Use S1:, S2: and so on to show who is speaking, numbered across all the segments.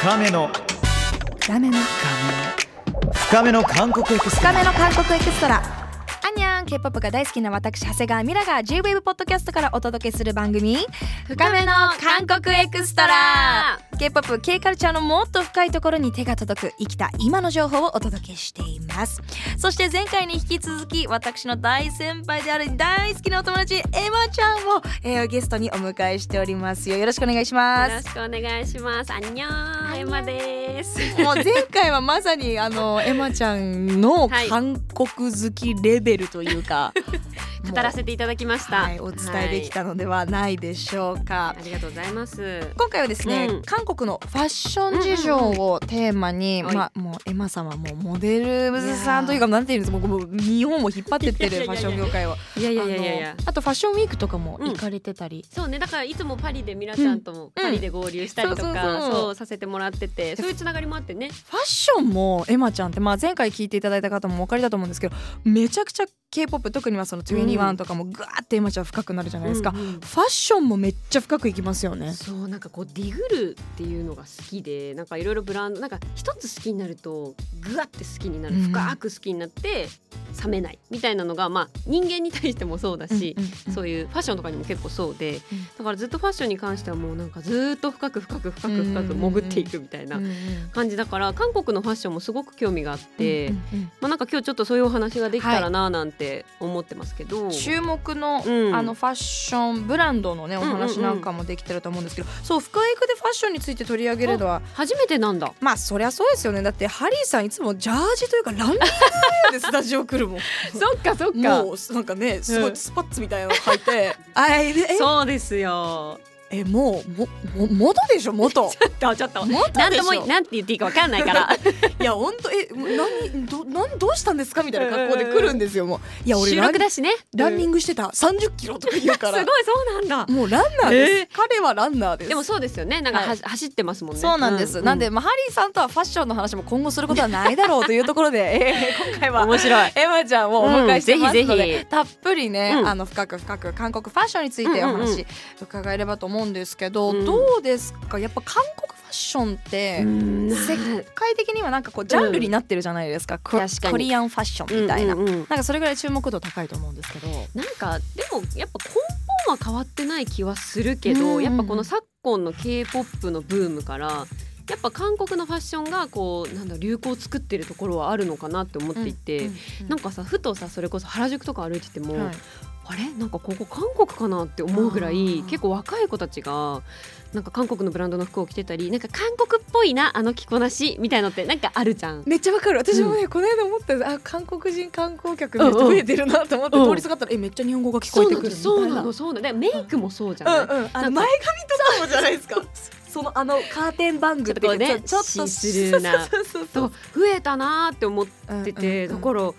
S1: 深めの
S2: ダメな
S1: 深めの韓国エクスト
S2: 深
S1: ラ
S2: めの韓国エクストラアニャン K-POP が大好きな私長谷川ミラが J-WAVE ポッドキャストからお届けする番組深めの韓国エクストラ K-POP、K カルチャーのもっと深いところに手が届く生きた今の情報をお届けしていますそして前回に引き続き私の大先輩である大好きなお友達エマちゃんを、えーゲストにお迎えしておりますよよろしくお願いしま
S3: よろ
S2: す
S3: しくお願いします。あんにょ
S2: ん
S3: ー、エマです。
S2: もう前回はまさにあのエマちゃんの
S3: はい
S2: 韓国好きレベルという か、もう
S3: 語らせていただきました。
S2: はい、お伝えでき
S3: は
S2: たのではないでしょうか。
S3: い。ありがとうございます。
S2: 今回はですね、
S3: うん
S2: 韓国のファッション事情をテーマに、
S3: うんうんうん
S2: まあもうエマさんはもうモデルさんというかなんていうんですか、もうもう日本を引っ張ってって
S3: いや
S2: る
S3: い
S2: ファッ
S3: やいやい
S2: シ
S3: や
S2: ョン業界を。
S3: いやい
S2: い
S3: やいやいやいや。
S2: あとファッションウィークとかも
S3: うん
S2: 行かれてたり。
S3: そうね、だからいつもパリでミラちゃんともパリで合流したりと
S2: うん
S3: か、
S2: そうそうそう
S3: そうさせてもらってて、そういうつながりもあってね。
S2: ファッションもエマちゃんって、まあ、前回聞いていただいた方もお分かりだと思うんですけどめちゃくちゃ k p o p 特にはその21とかもぐわーってエマちゃん深くなるじゃないですか、
S3: うんうん
S2: ファッションもめっちゃ深くいきますよね。
S3: そうなんかこうディグルっていうのが好きでなんかいろいろブランドなんか一つ好きになるとグワって好きになる
S2: うん
S3: 深く好きになって冷めないみたいなのがまあ人間に対してもそうだし
S2: うんうんうん
S3: そういうファッションとかにも結構そうで、
S2: うん
S3: だからずっとファッションに関してはもうなんかずっと深く深く深く深く潜っていくみたいな
S2: うんうん
S3: 感じだから韓国のファッションもすごく興味があって、
S2: うんうん
S3: まあなんか今日ちょっとそういうお話ができたらなあなんて思ってますけど、
S2: 注目の,、
S3: うん
S2: あのファッションブランドのねお
S3: うんうん
S2: 話
S3: うん
S2: なんかもできてると思うんですけど、そう福井区でファッションについて取り上げるのは
S3: 初めてなんだ
S2: まあそりゃそうですよねだってハリーさんいつもジャージというかランニングウェアでスタジオ来るもん
S3: そっかそっ
S2: もうなんかねすごいスパッツみたいなの履いて、 あえ
S3: そうですよ
S2: ええもうもも元でしょ 元
S3: ちょっとちょっと
S2: 元
S3: なん
S2: で
S3: と
S2: し
S3: も
S2: ょ
S3: なんて言っていいかわかんないから
S2: いや本当え何ど何どうしたんですかみたいな格好で来るんですよもういや俺
S3: 収
S2: ラン
S3: 録だしね
S2: ランニ
S3: グ
S2: ングしてた30キロとか言うか
S3: す ご
S2: ら
S3: いそうなんだ
S2: もうランナーです、
S3: えー
S2: 彼はランナーです
S3: でもそうですよねなんかは、
S2: はい
S3: 走ってますもんね
S2: そうなんです、なんで、まあ、ハリーさんとはファッションの話も今後することはないだろうというとこ ろで、えー今回は
S3: 面白い
S2: エマちゃんをお迎えしてますので、
S3: うんぜひぜひ
S2: たっぷりね、
S3: うん
S2: あの深く深く韓国ファッションについてお
S3: うんうんう
S2: 話伺えればと思うんですけど、
S3: うん
S2: どうですかやっぱ韓国ファッションって、
S3: うん
S2: 世界的にはなんかこうジャンルになってるじゃないですか,コ、
S3: 確かに
S2: コリアンファッションみたいな、
S3: うんうんうん
S2: なんかそれぐらい注目度高いと思うんですけど。
S3: なんかでもやっぱ根本は変わってない気はするけど、
S2: うんうんうん
S3: やっぱこの昨今の k p o p のブームからやっぱ韓国のファッションがこうなんだ流行を作ってるところはあるのかなって思っていて、なんかさふとさそれこそ原宿とか歩いてても、
S2: はい
S3: あれなんかここ韓国かなって思うぐらい
S2: あー
S3: 結構若い子たちがなんか韓国のブランドの服を着てたりなんか韓国っぽいなあの着こなしみたいのってなんかあるじゃん。
S2: めっちゃわかる私もね、この間思ったんですあ韓国人観光客の
S3: うん
S2: 人
S3: うん
S2: 増えてるなと思って、
S3: うん
S2: 通りすがったらえめっちゃ日本語が聞こ
S3: そ
S2: え
S3: う
S2: て
S3: な
S2: くる
S3: の
S2: みたいな
S3: そうなのそうなのでメイクもそうじゃない、
S2: うんうん、あ
S3: な
S2: の
S3: んか
S2: 前髪とかもじゃないですかそのあのカーテンバングっていうか
S3: ちょっとこうね
S2: ちょっと
S3: シースルーな
S2: そうそうそ
S3: そうう増えたなーって思っ
S2: そう
S3: て
S2: う
S3: て、
S2: んうんうん
S3: だから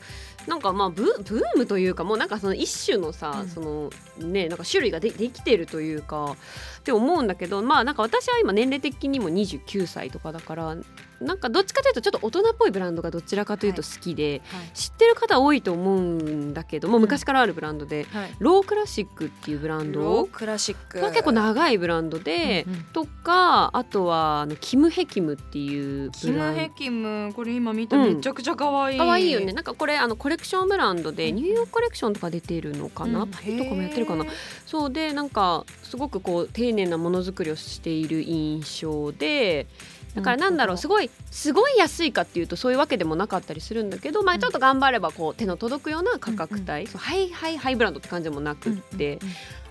S3: なんかまあブブームというかもうなんかその一種のさ、
S2: うん
S3: そのねなんか種類がでできてるというかって思うんだけどまあなんか私は今年齢的にも29歳とかだからなんかどっちかというとちょっと大人っぽいブランドがどちらかというと好きで、
S2: はい
S3: 知ってる方多いと思うんだけどもう昔からあるブランドで、
S2: はい
S3: ロークラシックっていうブラン
S2: ロ
S3: ド
S2: ークラシック
S3: が結構長いブランドで。
S2: うんうん
S3: とかあとはあのキムヘキムっていう
S2: キ
S3: ブラ
S2: ム
S3: ンド
S2: ヘキムこれ今見た
S3: うん
S2: めちゃくちゃ可愛い
S3: 可愛いよねなんかこれあのコレクションブランドで
S2: うん
S3: ニューヨークコレクションとか出てるのかな、パリとかもやってるかなそうでなんかすごくこう丁寧なものづくりをしている印象でだからなんだろうすごいすごい安いかっていうとそういうわけでもなかったりするんだけど、ま
S2: う
S3: あ、
S2: ん
S3: ちょっと頑張ればこう手の届くような価格帯、そうハイハイハイブランドって感じでもなくって、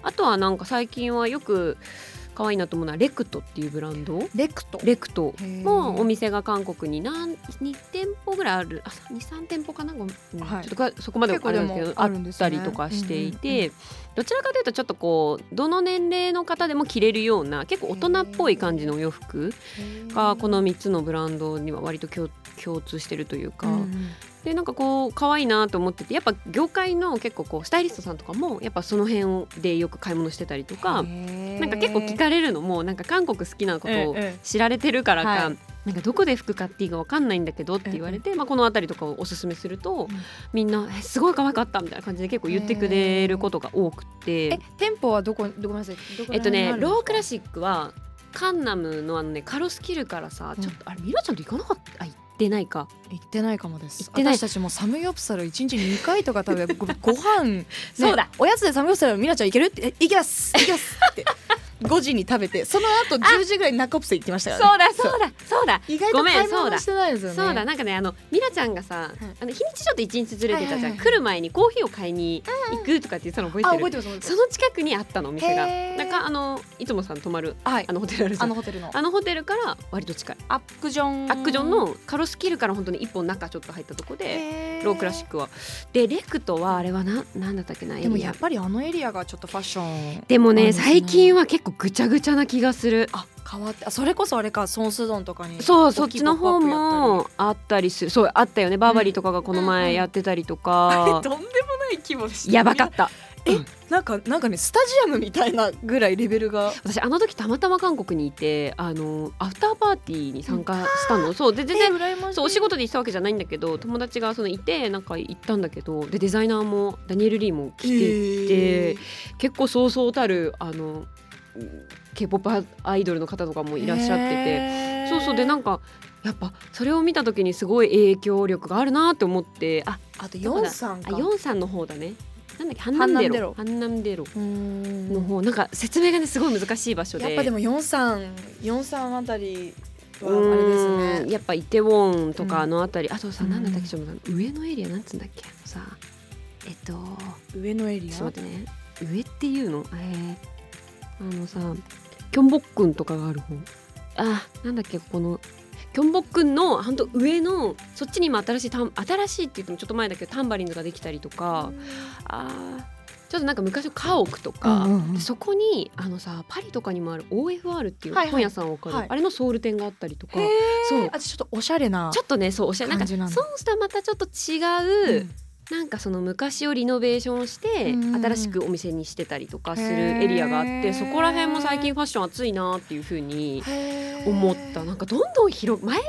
S3: あとはなんか最近はよく可愛いなと思うのはレクトっていうブランド
S2: レクト
S3: レクトもうお
S2: み
S3: 店が韓国に何2店舗ぐらいあるあ23店舗かなごめんうん
S2: はい
S3: ちょっとかそこまでは
S2: 結構
S3: あれ
S2: で
S3: なんです
S2: も
S3: けどあ
S2: あ
S3: っ
S2: るんです
S3: た
S2: ね
S3: りとかしていて、
S2: うんうんうん
S3: どちらかというとちょっとこうどの年齢の方でも着れるような結構大人っぽい感じのお洋服がこの3つのブランドには割と共共通してるというか、
S2: うんうん
S3: でなんかこう可愛いなと思っててやっぱ業界の結構こうスタイリストさんとかもやっぱその辺をでよく買い物してたりと
S2: へ
S3: か、
S2: ー
S3: なんか結構聞かれるのもなんか韓国好きなことを、
S2: ええ
S3: 知られてるからか、
S2: は
S3: なんかどこで服買っていいかわかんないんだけどって言われて、まあ、この辺りとかをおすすめすると、
S2: うん
S3: みんなえ「すごい可愛かった」みたいな感じで結構言ってくれることが多くて、
S2: え店舗はどこどこごめんなさいどこ
S3: えっとねロークラ
S2: シ
S3: シックはカンナムのあのねカロスキルからさちょっと、あれミラちゃんと行かなかったあ行ってないか
S2: 行ってないかもです
S3: 行ってない
S2: 私たちもサムヨプサル一日二回とか食べご ご飯、ね
S3: そうだ
S2: おやつでサムヨプサルミラちゃんいけるってえ行きます行きます って5時に食べてその後10時ぐらいにナコプセ行ってました
S3: そう
S2: からね
S3: だそうだそうだ
S2: 意外
S3: ご
S2: と
S3: めん
S2: 買い
S3: そうだ
S2: 物してないですよね
S3: そうだなんかねあのミラちゃんがさ、あの日にちちょっと一日ずれてたじゃ
S2: はいはいは
S3: ん、
S2: い
S3: 来る前にコーヒーを買いに行くとかって言ってたの覚えて
S2: あ
S3: る、
S2: 覚えてます覚えて
S3: そ
S2: ま
S3: の近くにあったのお店が
S2: へー
S3: なんかあのいつもさん泊まる
S2: すはい
S3: あのホテルあるじゃ
S2: あ
S3: んあ
S2: の
S3: の
S2: ホテルの
S3: ホテルから割と近い
S2: アックジョン
S3: アックジョンのカロスキルから本当に一本中ちょっと入ったとこでロークラシッ
S2: ク
S3: クはでレクトはあれはななんだったっけなエ
S2: でも
S3: リ
S2: や
S3: ア
S2: っぱりあのエリアがちょっとファッション
S3: で
S2: あ
S3: も
S2: る
S3: ね
S2: んですね
S3: 最近は結構ぐちゃぐちゃな気がする
S2: あ変わってあそれこそあれかソンスドンとかに
S3: そうそ
S2: 大
S3: っ
S2: きい
S3: ちの
S2: ポップア
S3: 方
S2: ップやったり
S3: もあったりするそうあったよねバーバリーとかがこの
S2: うんう
S3: 前
S2: ん
S3: やってたりと
S2: あれ
S3: か、
S2: とんでもない規模でした
S3: やばかった
S2: なんかなんかねスタジアムみたいなぐらいレベルが
S3: 私あの時たまたま韓国にいてあのアフターパーティーに参加したの、そうで全然
S2: 羨ま
S3: そうお仕事で行ったわけじゃないんだけど友達がそのいてなんか行ったんだけどでデザイナーもダニエル・リーも来て、
S2: て
S3: 結構そうそうたるあの k p o p アイドルの方とかもいらっしゃってて、そうそうでなんんかやっぱそれを見た時にすごい影響力があるなって思ってあ
S2: あと
S3: どこ
S2: ヨ
S3: だ
S2: ンさんか
S3: あヨンさんの方だねなんだっけハンナンデロハンナンデロ
S2: うーん
S3: の方なんか説明がねすごい難しい場所で
S2: やっぱでもヨンさんヨンさんあたりはあれですね
S3: うんやっぱイテウォンとか
S2: うん
S3: あのあたり、あとさ
S2: うん
S3: なんだったっけちょっと待って上のエリアなんつうんだっけあのさえっとちょ
S2: 上のエリ
S3: っ
S2: ア
S3: と待ってね上っていうのえー、あのさキョンボックンとかがある方あなんだっけここのキョンボックンの本当上のそっちにも新しいタン新しいって言ってもちょっと前だけどタンバリンズができたりとか、あーちょっとなんか昔の家屋とか、
S2: うんうんうん
S3: でそこにあのさパリとかにもある OFR っていう
S2: はいはい
S3: 本屋さんをかる、
S2: はい
S3: あれのソウル店があったりとか
S2: へー
S3: そう
S2: あちょっとおしゃれな
S3: ちょっとねそうおしゃれなんか
S2: 感じなんだ
S3: ソンスとはまたちょっと違
S2: う
S3: う、
S2: ん
S3: なんかその昔をリノベーションして
S2: うんうん
S3: 新しくお店にしてたりとかする
S2: へー
S3: エリアがあってそこら辺も最近ファッション熱いなっていうふうに
S2: へー
S3: 思ったなんかどんどん広前は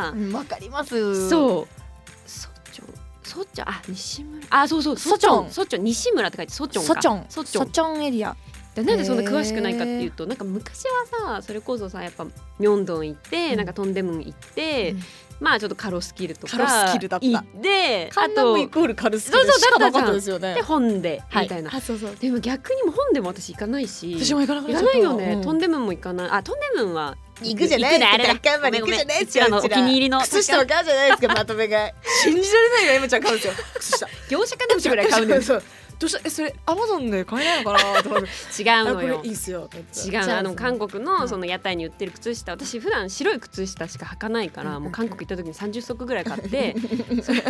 S3: さ
S2: う、んわかります
S3: そうソチョンソチョンあ西村あそうそう
S2: ソチョン
S3: ソチョン西村って書いてソチョン
S2: ソ
S3: か
S2: チョン
S3: ソチョン
S2: エリア
S3: でなんでそんな詳しくないかっていうとなんか昔はさそれこそさやっぱミョンドン行って、
S2: うん
S3: なんかトンデムン行って、
S2: うん
S3: まあちょっとカロスキルとか
S2: カロスキルだった
S3: 行って
S2: カ
S3: あ
S2: ンナム
S3: と
S2: イコールカルス
S3: そうそう
S2: しか
S3: だっ
S2: な
S3: たじゃん
S2: かったですよね
S3: で本で、
S2: はい
S3: みたいな。
S2: あそうそう
S3: でも逆にも本でも私行かないし
S2: 私も行かなく
S3: 行
S2: なっ
S3: か
S2: ちゃっ
S3: な
S2: た
S3: いよね、
S2: うん
S3: トンデムンも行かないあトンデムンは
S2: 行くじゃない
S3: 行くねあれだ
S2: 頑張れ
S3: ごめん
S2: 行くじゃないう
S3: ちらのお気に入りの
S2: 靴下を買うじゃないですかまとめ買い信じられないよエムちゃん買うん ですよ靴下
S3: 業者かなんかぐらい買うんだよ
S2: そうどうしたえそれアマゾンで買えないのかなと思って
S3: 違う
S2: あ
S3: の
S2: これ
S3: よ
S2: いいっすよ
S3: 違うあの韓国
S2: う
S3: の
S2: ん
S3: その屋台に売ってる靴下私普段白い靴下しか履かないか
S2: うん
S3: ら
S2: うん
S3: もう韓国行った時に30足ぐらい買って そうっ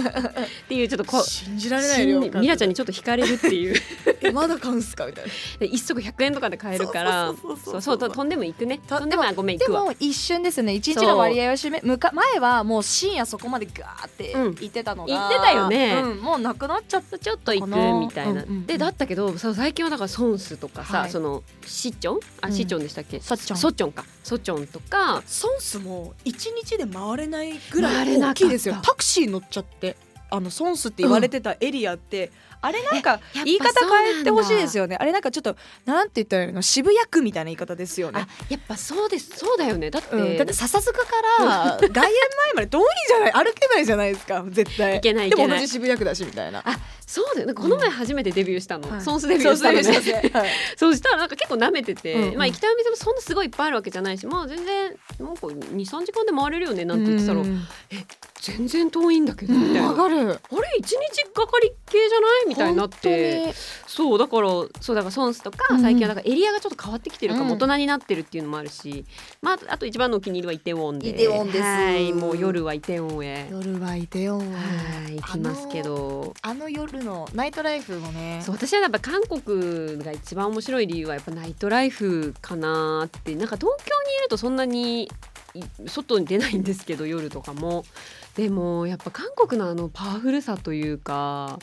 S3: ていうちょっとこう
S2: 信じられないよ
S3: 信じミラちゃんにちょっと惹かれるっていう
S2: えまだ買うんすかみたいな
S3: で一足100円とかで買えるから
S2: そうそう
S3: そ
S2: そうう
S3: そ
S2: そう
S3: うととんでも行くね
S2: と
S3: とんでもはごめん行
S2: で
S3: くわ
S2: も一瞬ですよね一日
S3: そう
S2: の割合を占めむか前はもう深夜そこまでガーって
S3: うん
S2: 行ってたのが、
S3: 行ってたよね
S2: うん、もうなくなっちゃった
S3: ちょっと行く
S2: この
S3: みたいな、
S2: うんうんうん
S3: でだったけどそう最近はだからソンスとかさ、
S2: はい
S3: そのシチョンあ、
S2: うん
S3: シチョンでしたっけ
S2: ソチョン
S3: ソチョンかソチョンとか
S2: ソンスも一日で回れないぐ
S3: 回
S2: ら
S3: れ
S2: い
S3: な
S2: 大
S3: かった
S2: きいですよタクシー乗っちゃってあのソンスって言われてたエリアって、あれなんか
S3: やっぱ
S2: 言い方変えてほしいです
S3: よ
S2: よねあれなんかちょっとなんて言ったらいいの渋谷区みたいな言い方ですよ
S3: あ
S2: ね、
S3: やっぱそうですそうだよねだって,、
S2: うん、だって笹塚から外苑前まで遠いじゃない歩けないじゃないですか絶対
S3: 行けない
S2: で
S3: 行
S2: も
S3: けな
S2: 同
S3: い
S2: じ渋谷区だしみたいな
S3: そうだよねこの前初めてデビューしたの、
S2: はい
S3: ソンスデビューしたのね
S2: そうそうそうはい
S3: そうしたらなんか結構舐めてて、
S2: うんうん
S3: まあ行きたいお店もそんなすごいいっぱいあるわけじゃないしまあ全然なんか23時間で回れるよねなんて言ってたら、
S2: うん
S3: 全然遠いんだけどみたいな、
S2: わ
S3: あ
S2: かる
S3: れ一日がかり系じゃないみたいになってそうだからそうだからソンスとか
S2: うんうん
S3: 最近はだからエリアがちょっと変わってきてるかも、
S2: うん
S3: 大人になってるっていうのもあるし、まあ、あと一番のお気に入りはイテウォンで
S2: イテウォンです
S3: はいもう夜はイテウォンへ
S2: 本当に夜はイテオン
S3: はい行きますけど。
S2: あの夜のナイトライフもね
S3: そう私はやっぱ韓国が一番面白い理由はやっぱナイトライフかなってなんか東京にいるとそんなにい外に出ないんですけど 夜とかもでもやっぱ韓国のあのパワフルさというか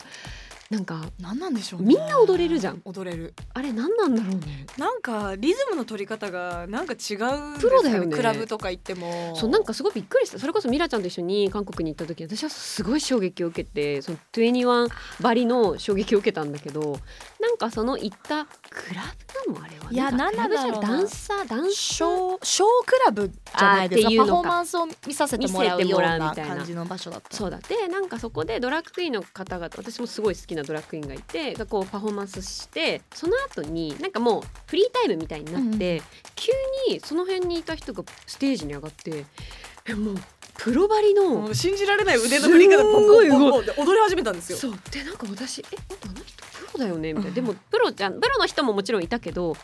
S3: なんか
S2: なんなんでしょうね
S3: みんな踊れるじゃん
S2: 踊れる
S3: あれ何なんだろうね
S2: なんかリズムの取り方がなんか違うんですかね
S3: プロだよね
S2: クラブとか行っても
S3: そうなんかすごいびっくりしたそれこそミラちゃんと一緒に韓国に行った時私はすごい衝撃を受けてその21ばりの衝撃を受けたんだけどなんかその行ったクラブなのあれはい
S4: や
S3: なん
S4: なんな
S3: か
S4: んだろうな
S3: クラブじゃダンサーダン
S2: ショーショークラブじゃないですか
S3: あーっていう
S2: パフォ
S3: のか
S2: ーマンスを見させてもらうような
S3: 見せてもらうみたいな
S2: 感じの場所だった
S3: そうだでなんかそこでドラッグクイーンの方々私もすごい好きなドラッグクイーンがいてがこうパフォーマンスしてその後になんかもうフリータイムみたいになって、急にその辺にいた人がステージに上がってえもうプロバリの
S2: もう信じられない腕の振り方ポンポンポンポンって踊り始めたんですよ
S3: そうでなんか私えなんかあの人プロだよねみたいな、でもプロじゃんプロの人ももちろんいたけど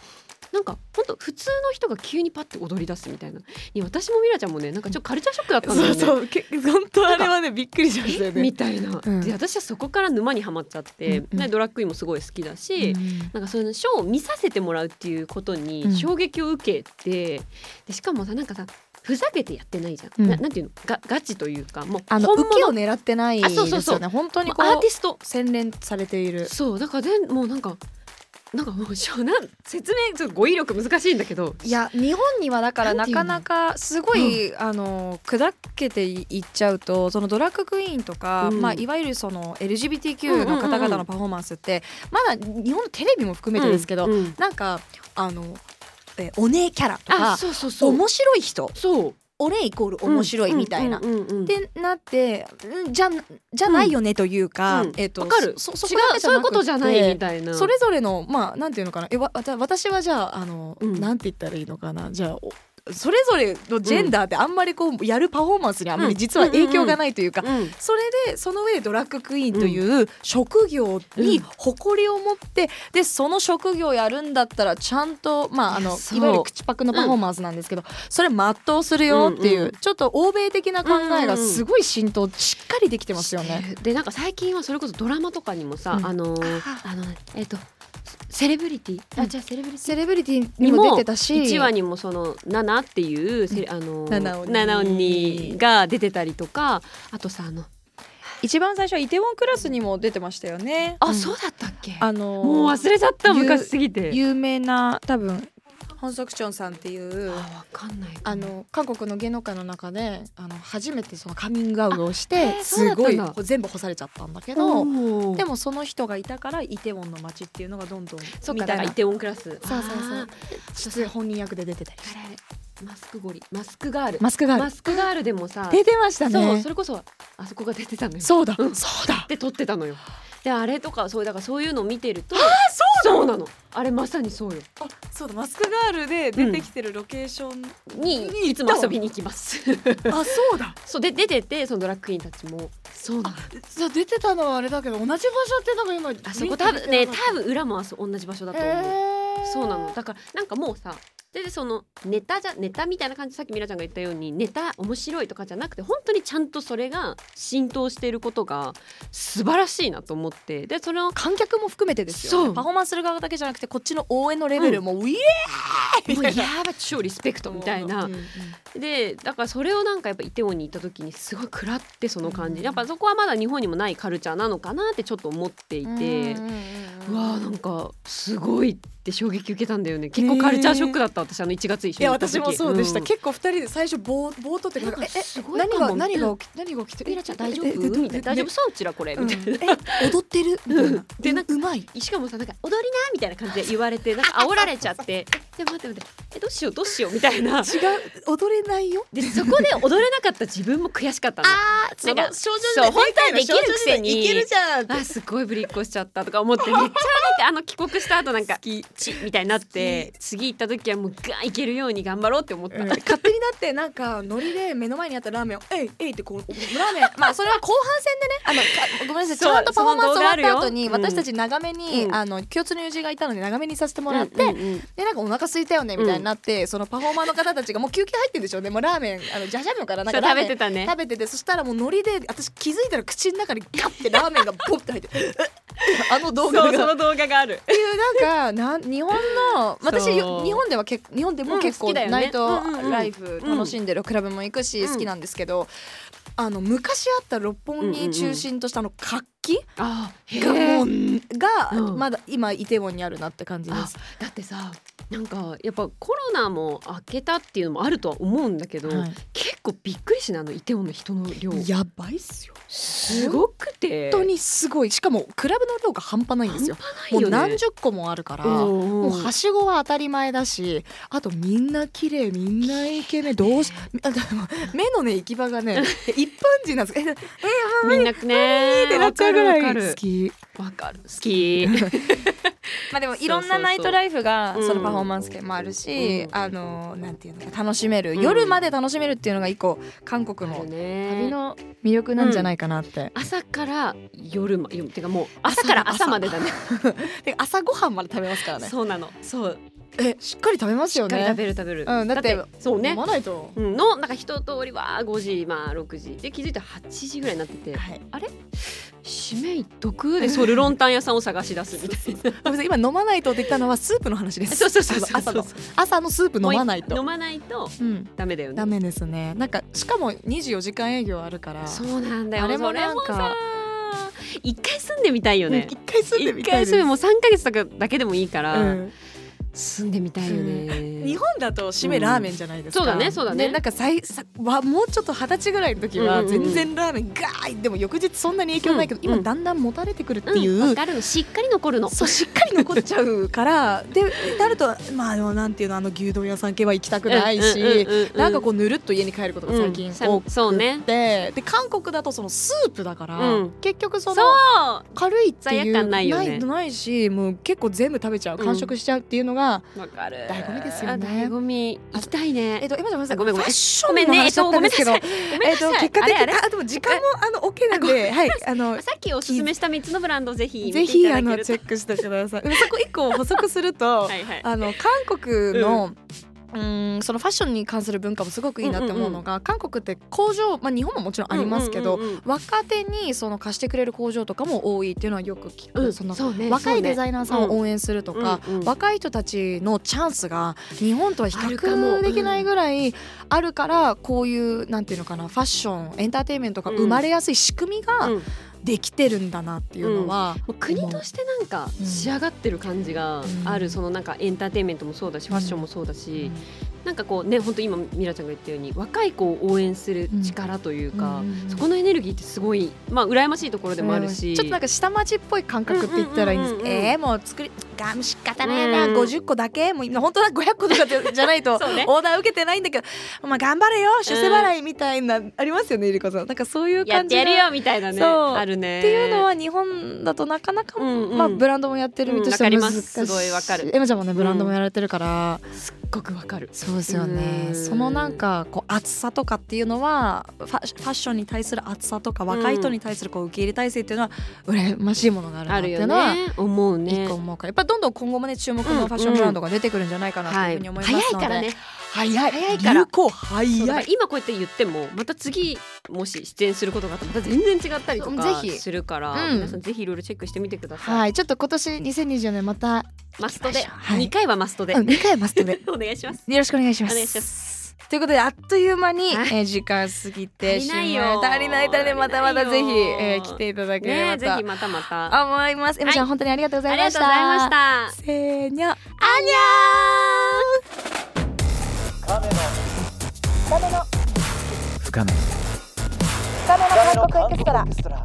S3: なんか本当普通の人が急にパッて踊り出すみたいなに私もミラちゃんもねなんかちょっとカルチャーショックだったんだよ
S2: そう
S3: ね
S2: そうけ本当あれはねびっくりしましたよ
S3: え
S2: ね
S3: みたいな、
S2: うん
S3: で私はそこから沼にはまっちゃって、
S2: うんうん
S3: ねドラッグインもすごい好きだし、
S2: うん
S3: なんかそのショーを見させてもらうっていうこと
S2: うん
S3: に衝撃を受けて、でしかもさなんかさふざけてやってないじゃん、
S2: うん
S3: ななんていうのがガチというかもう
S2: あの
S3: 本
S2: 受
S3: 物
S2: けを狙ってないで
S3: あ
S2: す
S3: そ
S2: よ
S3: うそうそう
S2: ね本当に
S3: も
S2: こ
S3: うアーテ
S2: う
S3: ィスト
S2: 洗練されている
S3: そうだからでもうなんかなんかもうしょなん説明ちょっと語彙力難しいんだけど
S4: いや日本にはだから
S3: な
S4: なん
S3: ていうの
S4: かなかすごい、あの砕けていっちゃうとそのドラッグクイーンとか、
S3: うん
S4: まあ、いわゆるその
S3: うんうん
S4: LGBTQ
S3: うんう
S4: の
S3: ん
S4: 方々のパフォーマンスって、まだ日本のテレビも含めてですけど、
S3: うんうん
S4: なんかあのえお姉キャラと
S3: あ
S4: か
S3: そうそうそう
S4: 面白い人
S3: そう
S4: お姉イコール面白いみたいな。
S3: うんうんうんうん
S4: ってなってうんじゃじゃないよねというか、
S3: うん
S4: えっと
S3: わかる
S4: そ
S3: 違
S4: こだけ
S3: うそういうことじゃな
S4: くて
S3: いみたいな
S2: それぞれのまあなんていうのかなえわわた私はじゃああの、
S3: うん
S2: なんて言ったらいいのかなじゃあおそれぞれのジェンダーってあんまりこうやるパフォーマンスにあんまり実は影響がないというか、
S3: うん
S2: それでその上でドラッグクイーンという職業に誇りを持って、でその職業やるんだったらちゃんと、まあ、あ
S3: い
S2: の
S3: やそ
S2: いうわゆる口パクのパフォーマンスなんですけど、それ全うするよっていう、
S3: うんうん
S2: ちょっと欧米的な考えがすごい浸透しっかりできてますよね。
S3: でなんか最近はそれこそドラマとかにもさ、
S2: うん
S3: あのーあのえっ、とセレブリティあ、
S2: うん
S3: じゃあセレブリティ
S2: セレブリティにも出てたし
S3: 1話にもその「ナナ」っていうセレ、あのー
S2: ナナオニ
S3: ナナオニが出てたりとかあとさあの
S4: 一番最初はイテウォンクラスにも出てましたよね。
S3: あ、
S2: うん
S3: そうだったっけ
S4: あの
S3: もう忘れちゃった
S4: ゆ
S3: 昔すぎて
S4: 有名な多分
S2: ホンソクチョンさんっていう
S3: あわかんない
S2: あの韓国の芸能界の中であの初めてそのカミングアウトをし
S3: あ
S2: て
S3: へーそう
S2: す
S3: だったんだ
S2: ごいこう全部干されちゃったんだけど、
S3: の
S2: でもその人がいたからイテウォンの街っていうのがどんどん
S3: そっ
S2: み
S3: か
S2: た
S3: だ
S2: いな
S3: からイテウォンクラス
S2: そうそうそう
S3: あー
S2: 実は本人役で出てたりして
S3: あれあれマスクゴリマスクガール
S2: マスクがあ
S3: マ
S2: る
S3: スクガールでもさ
S2: 出てました
S3: そう
S2: ね
S3: それこそあそこが出てたのよ
S2: そうだ、
S3: うん
S2: そうだ
S3: で撮ってたのよであれとかそうだからそういうのを見てるとあそうなのあれまさにそうよ
S2: そうだマスクガールで
S3: 出てき
S2: てるロケーション、
S3: に
S2: に
S3: いつも遊びに行きます
S2: あそうだ
S3: そうで出ててそのドラッグクイーンたちもそうなの
S2: じゃあ出てたのはあれだけど同じ場所ってなんか今
S3: あそこ多分
S2: 見
S3: ね
S2: てなかった
S3: 多分裏もあそ同じ場所だと思う、
S2: えー
S3: そうなのだからなんかもうさ全然そのネタじゃネタみたいな感じさっきミラちゃんが言ったようにネタ面白いとかじゃなくて本当にちゃんとそれが浸透していることが素晴らしいなと思ってでそ れを
S2: 観客も含めてですよ、
S3: そう
S2: ね、パフォーマンスする側だけじゃなくてこっちの応援のレベルもウィエーイ
S3: も
S2: み
S3: う
S2: た
S3: や
S2: いな
S3: ば超リスペクトみたいな、
S2: うんうん
S3: でだからそれをなんかやっぱイテウォンに行った時にすごい食らってその感じ、やっぱそこはまだ日本にもないカルチャーなのかなってちょっと思っていて、
S2: うんうん
S3: う
S2: うん
S3: わーなんかすごいって衝撃受けたんだよね結構カルチャーショックだった私あの1月一
S2: い
S3: 緒に
S2: や
S3: 行った時
S2: 私もそうでした、
S3: ん
S2: 結構二人で最初ぼーぼーっとってなんか
S3: なん
S2: え
S3: かす
S2: え
S3: ごい
S2: 何
S3: か
S2: が
S3: も
S2: 何が起き何が起きてる
S3: ミラちゃん大丈
S2: ええ
S3: 夫み
S2: え
S3: たいな大丈夫
S2: ね
S3: そううちらこれみたい な、
S2: うんえ踊ってるみたいな
S3: でなんか
S2: うまい
S3: しかもさなんか踊りなみたいな感じで言われてなんか煽られちゃってで待って待ってえどうしようどうしようみたい な
S2: 違う踊れないよ
S3: でそこで踊れなかった自分も悔しかったの
S2: あ
S3: そのなんか
S2: 少
S3: 女時代そう本当はできるくせに
S2: いけるじゃんって
S3: あすごいぶりっこしちゃったとか 思ってめっちゃなんかあの帰国した後なんかチッみたいになって次行った時はもうガンいけるように頑張ろうって思った、
S2: うん勝手にだってなんかノリで目の前にあったラーメンを「えいえい」ってこうラー メンまあそれは後半戦でねあのかごめんなさいち
S3: そう
S2: ゃんとパフォーマンス
S3: そ
S2: 終わ
S3: の動画あ
S2: っ
S3: るよ
S2: た後に
S3: うん
S2: 私たち長めに、
S3: うん
S2: あの共通の友人がいたので長めにさせてもらって、
S3: うんうんうん
S2: でなんかお腹空いたよねみたいになって、そのパフォーマーの方たちがもう休憩入ってるでしょうねもうラーメンあのじゃじゃ麺からなん
S3: そ
S2: か
S3: う
S2: ラー
S3: 食
S2: メ
S3: べ
S2: ン
S3: てたね
S2: 食べててそしたらもうノリで私気づいたら口の中にガッてラーメンがボッて 入ってあの動画
S3: そう
S2: が
S3: その動画があ
S2: っ
S3: る
S2: ていうなんかなん日本の私日
S3: そう
S2: 本ではけ日本でも結
S3: うん好
S2: 構
S3: きだよね
S2: ナイト
S3: うんうんうん
S2: ライブ楽しんでるクラブも行くし
S3: うん
S2: 好きなんですけど、あの昔あった六本木中心としたあの活き
S3: あへ
S2: がも
S3: え
S2: うが
S3: うん
S2: まだ今イテウォンにあるなって感じです。
S3: だってさなんかやっぱコロナも明けたっていうのもあるとは思うんだけど、
S2: はい
S3: 結構びっくりしないあのイテウォンの人の量
S2: やばいっすよ
S3: すごくて
S2: 本当にすごいしかもクラブの量が半端ないんですよもう何
S3: 十
S2: 十個もあるから、
S3: も
S2: もうはしごは当たり前だしあとみんな綺麗みんなイケメンどうしあでも目のね行き場が ね一般人なんですええ
S3: みんなね
S2: ってなっちゃうぐらい
S3: わかる
S2: 好き
S3: わかる好き
S4: まあでも
S3: そうそ
S4: いろ
S3: うそう
S4: んなナイトライフが
S3: うん
S4: そのパフォーマンス系もあるし、
S3: うん
S4: あのなんていうのか楽しめる、
S3: ん
S4: 夜まで楽しめるっていうのが一個韓国の旅
S3: 旅
S4: の
S2: 魅力なんじゃないかなって、
S3: 朝から夜ま夜てかもう朝から朝までだね
S2: で朝ごはんまで食べますからね
S3: そうなのそう
S2: えしっかり食べます
S3: しっ
S2: よ
S3: か
S2: ね
S3: り食べる食べる
S2: うんだって
S3: そうね
S2: 飲まないと
S3: うんのなんか一通りは5時まあ6時で気づいたら8時ぐらいになってて
S2: はい
S3: 締め一読でそれロンタン屋さんを探し出すみたいな
S2: ごめんなさい今飲まないとって言ったのはスープの話です
S3: そうそうそうそう
S2: 朝の朝のスープ飲まない
S3: 飲
S2: と
S3: まないと
S2: うん
S3: ダメだよね
S2: ダメですねなんかしかも24時間営業あるから
S3: そうなんだよ
S2: あれも
S3: それ
S2: なん
S3: も
S2: か
S3: さ一回住んでみたいよ
S2: うん
S3: ね
S2: 一回住んで
S3: 一
S2: みたい
S3: 回
S2: です
S3: 住むもう3ヶ月とかだけでもいいから、
S2: うん
S3: 住んでみたいよ
S2: 日
S3: ね、
S2: 本だと締めラーメンじゃないですか、
S3: うんそうだねそうだね
S2: でなんかさいさわもうちょっと二十歳ぐらいの時は
S3: うんうんうん
S2: 全然ラーメンガーイでも翌日そんなに影響ないけど、
S3: うん
S2: 今だんだんもたれてくるって
S3: うん
S2: いう、
S3: わかるのしっかり残るの
S2: そうしっかり残っちゃうからでなるとまああのなんていうのあの牛丼屋さん系は行きたくないし、
S3: うんうんうんうん
S2: なんかこうぬるっと家に帰ることが最
S3: う
S2: 近
S3: んさ
S2: 多くて、
S3: そうね
S2: で韓国だとそのスープだから、
S3: うん
S2: 結局そ
S3: そう
S2: の軽いっていう
S3: 罪悪感ないよね
S2: ないないしもう結構全部食べちゃう完食しちゃうっていうのが、
S3: わかる
S2: 醍醐味ですよね
S3: あ醍醐味行きたいね
S2: えっと、今じゃごめんなさ
S3: あ
S2: い。
S3: ごめんごめん
S2: ファッションの話だったんですけど、
S3: ご
S2: え
S3: め
S2: っ
S3: んねえっと
S2: と、
S3: ごめんなさい
S2: 結果的に、
S3: あれあ
S2: あ、でも時間も、あの、OK なんで、はい、あ の、
S3: さっきおすすめした三つのブランドをぜひ
S2: ぜ
S3: 見てい
S2: ひ、
S3: た
S2: あ
S3: だけ
S2: の、
S3: る
S2: チ
S3: と
S2: ェックしてください。でもそこ一個補足すると
S3: は、いはい
S2: あの、韓国の、うーんそのファッションに関する文化もすごくいいなって思うのが、韓国って工場、まあ、日本ももちろんありますけど、
S3: うんうんうんうん
S2: 若手にその貸してくれる工場とかも多いっていうのはよく聞く、
S3: うん
S2: その
S3: そうね
S2: 若いデ
S3: イ
S2: ザイナーさんを応援するとか、若い人たちのチャンスが日本とは比
S3: あるかも
S2: 較できないぐらいあるからこういうなんていうのかなファッションエンターテインメントが生まれやすい仕組みが
S3: うん
S2: できてるんだなっていうのは、
S3: 国としてなんか
S2: うん
S3: 仕上がってる感じがある、そのなんかエンターテインメントもそうだしファッションもそうだし、なんかこうね本当今ミラちゃんが言ったように若い子を応援する力というか、そこのエネルギーってすごいまあ羨ましいところでもあるし、
S2: ちょっとなんか下町っぽい感覚って言ったらいいんですけど、
S3: うんうんうんうん
S2: えー、もう作りがもう仕方ないな、
S3: うん
S2: 50個だけもう今本当は500個とかじゃないと
S3: そうね
S2: オーダー受けてないんだけど、まあ、頑張れよ出世払いみたいな、ありますよねゆりこさんなんかそういう
S3: やっ
S2: 感
S3: て
S2: じが
S3: やるよみたいなね
S2: そう
S3: あるね
S2: っていうのは日本だとなかなか、
S3: うんうん
S2: まあ、ブランドもやってる身としては
S3: うんわ
S2: 難
S3: か
S2: し
S3: り
S2: い、
S3: ますすごいわかる
S2: エマちゃんもねブランドもやられてるから、
S3: すっごくわかる
S2: そうですよね
S3: うん
S2: そのなんかこう厚さとかっていうのはファファッションに対する厚さとか若い人に対するこう受け入れ体制っていうのは羨ましいものがあるな
S3: あ
S2: って
S3: る
S2: いう
S3: よ
S2: のは。
S3: ね思うね
S2: 一個思うからやっぱどんどん今後もね注目
S3: うんう
S2: の
S3: ん
S2: ファッションブランドが出てくるんじゃないかなと
S3: は
S2: いう
S3: い
S2: ふうに思いますので、
S3: 早いからね
S2: 早い
S3: 早いから
S2: 流行
S3: そうだ
S2: 早
S3: から
S2: い
S3: 今こうやって言ってもまた次もし出演することがあったらまた全然違ったりとか
S2: ぜひ
S3: するから、
S2: うん
S3: 皆さんぜひいろいろチェックしてみてください、
S2: はいちょっと今年2024年また、
S3: マストで、
S2: はい
S3: 2回はマストで、
S2: うん、2回マストで
S3: お願いします
S2: よろしくお願いします。
S3: お願いします
S2: ということであっという間に、
S3: はい
S2: えー時間過ぎて
S3: 足
S2: しま
S3: りないよ
S2: いました足りない足りないまたまた
S3: 足
S2: ぜ
S3: り
S2: ひ、
S3: ないよ
S2: えー来ていただければ
S3: ね
S2: と
S3: ぜひまたまたあ
S2: 思います。エムちゃん、本当にありがとうござい
S3: りが
S2: まし
S3: とう
S2: た。
S3: ございました
S2: せーにゃ。
S3: アンニ
S1: 深めの韓国エクストラ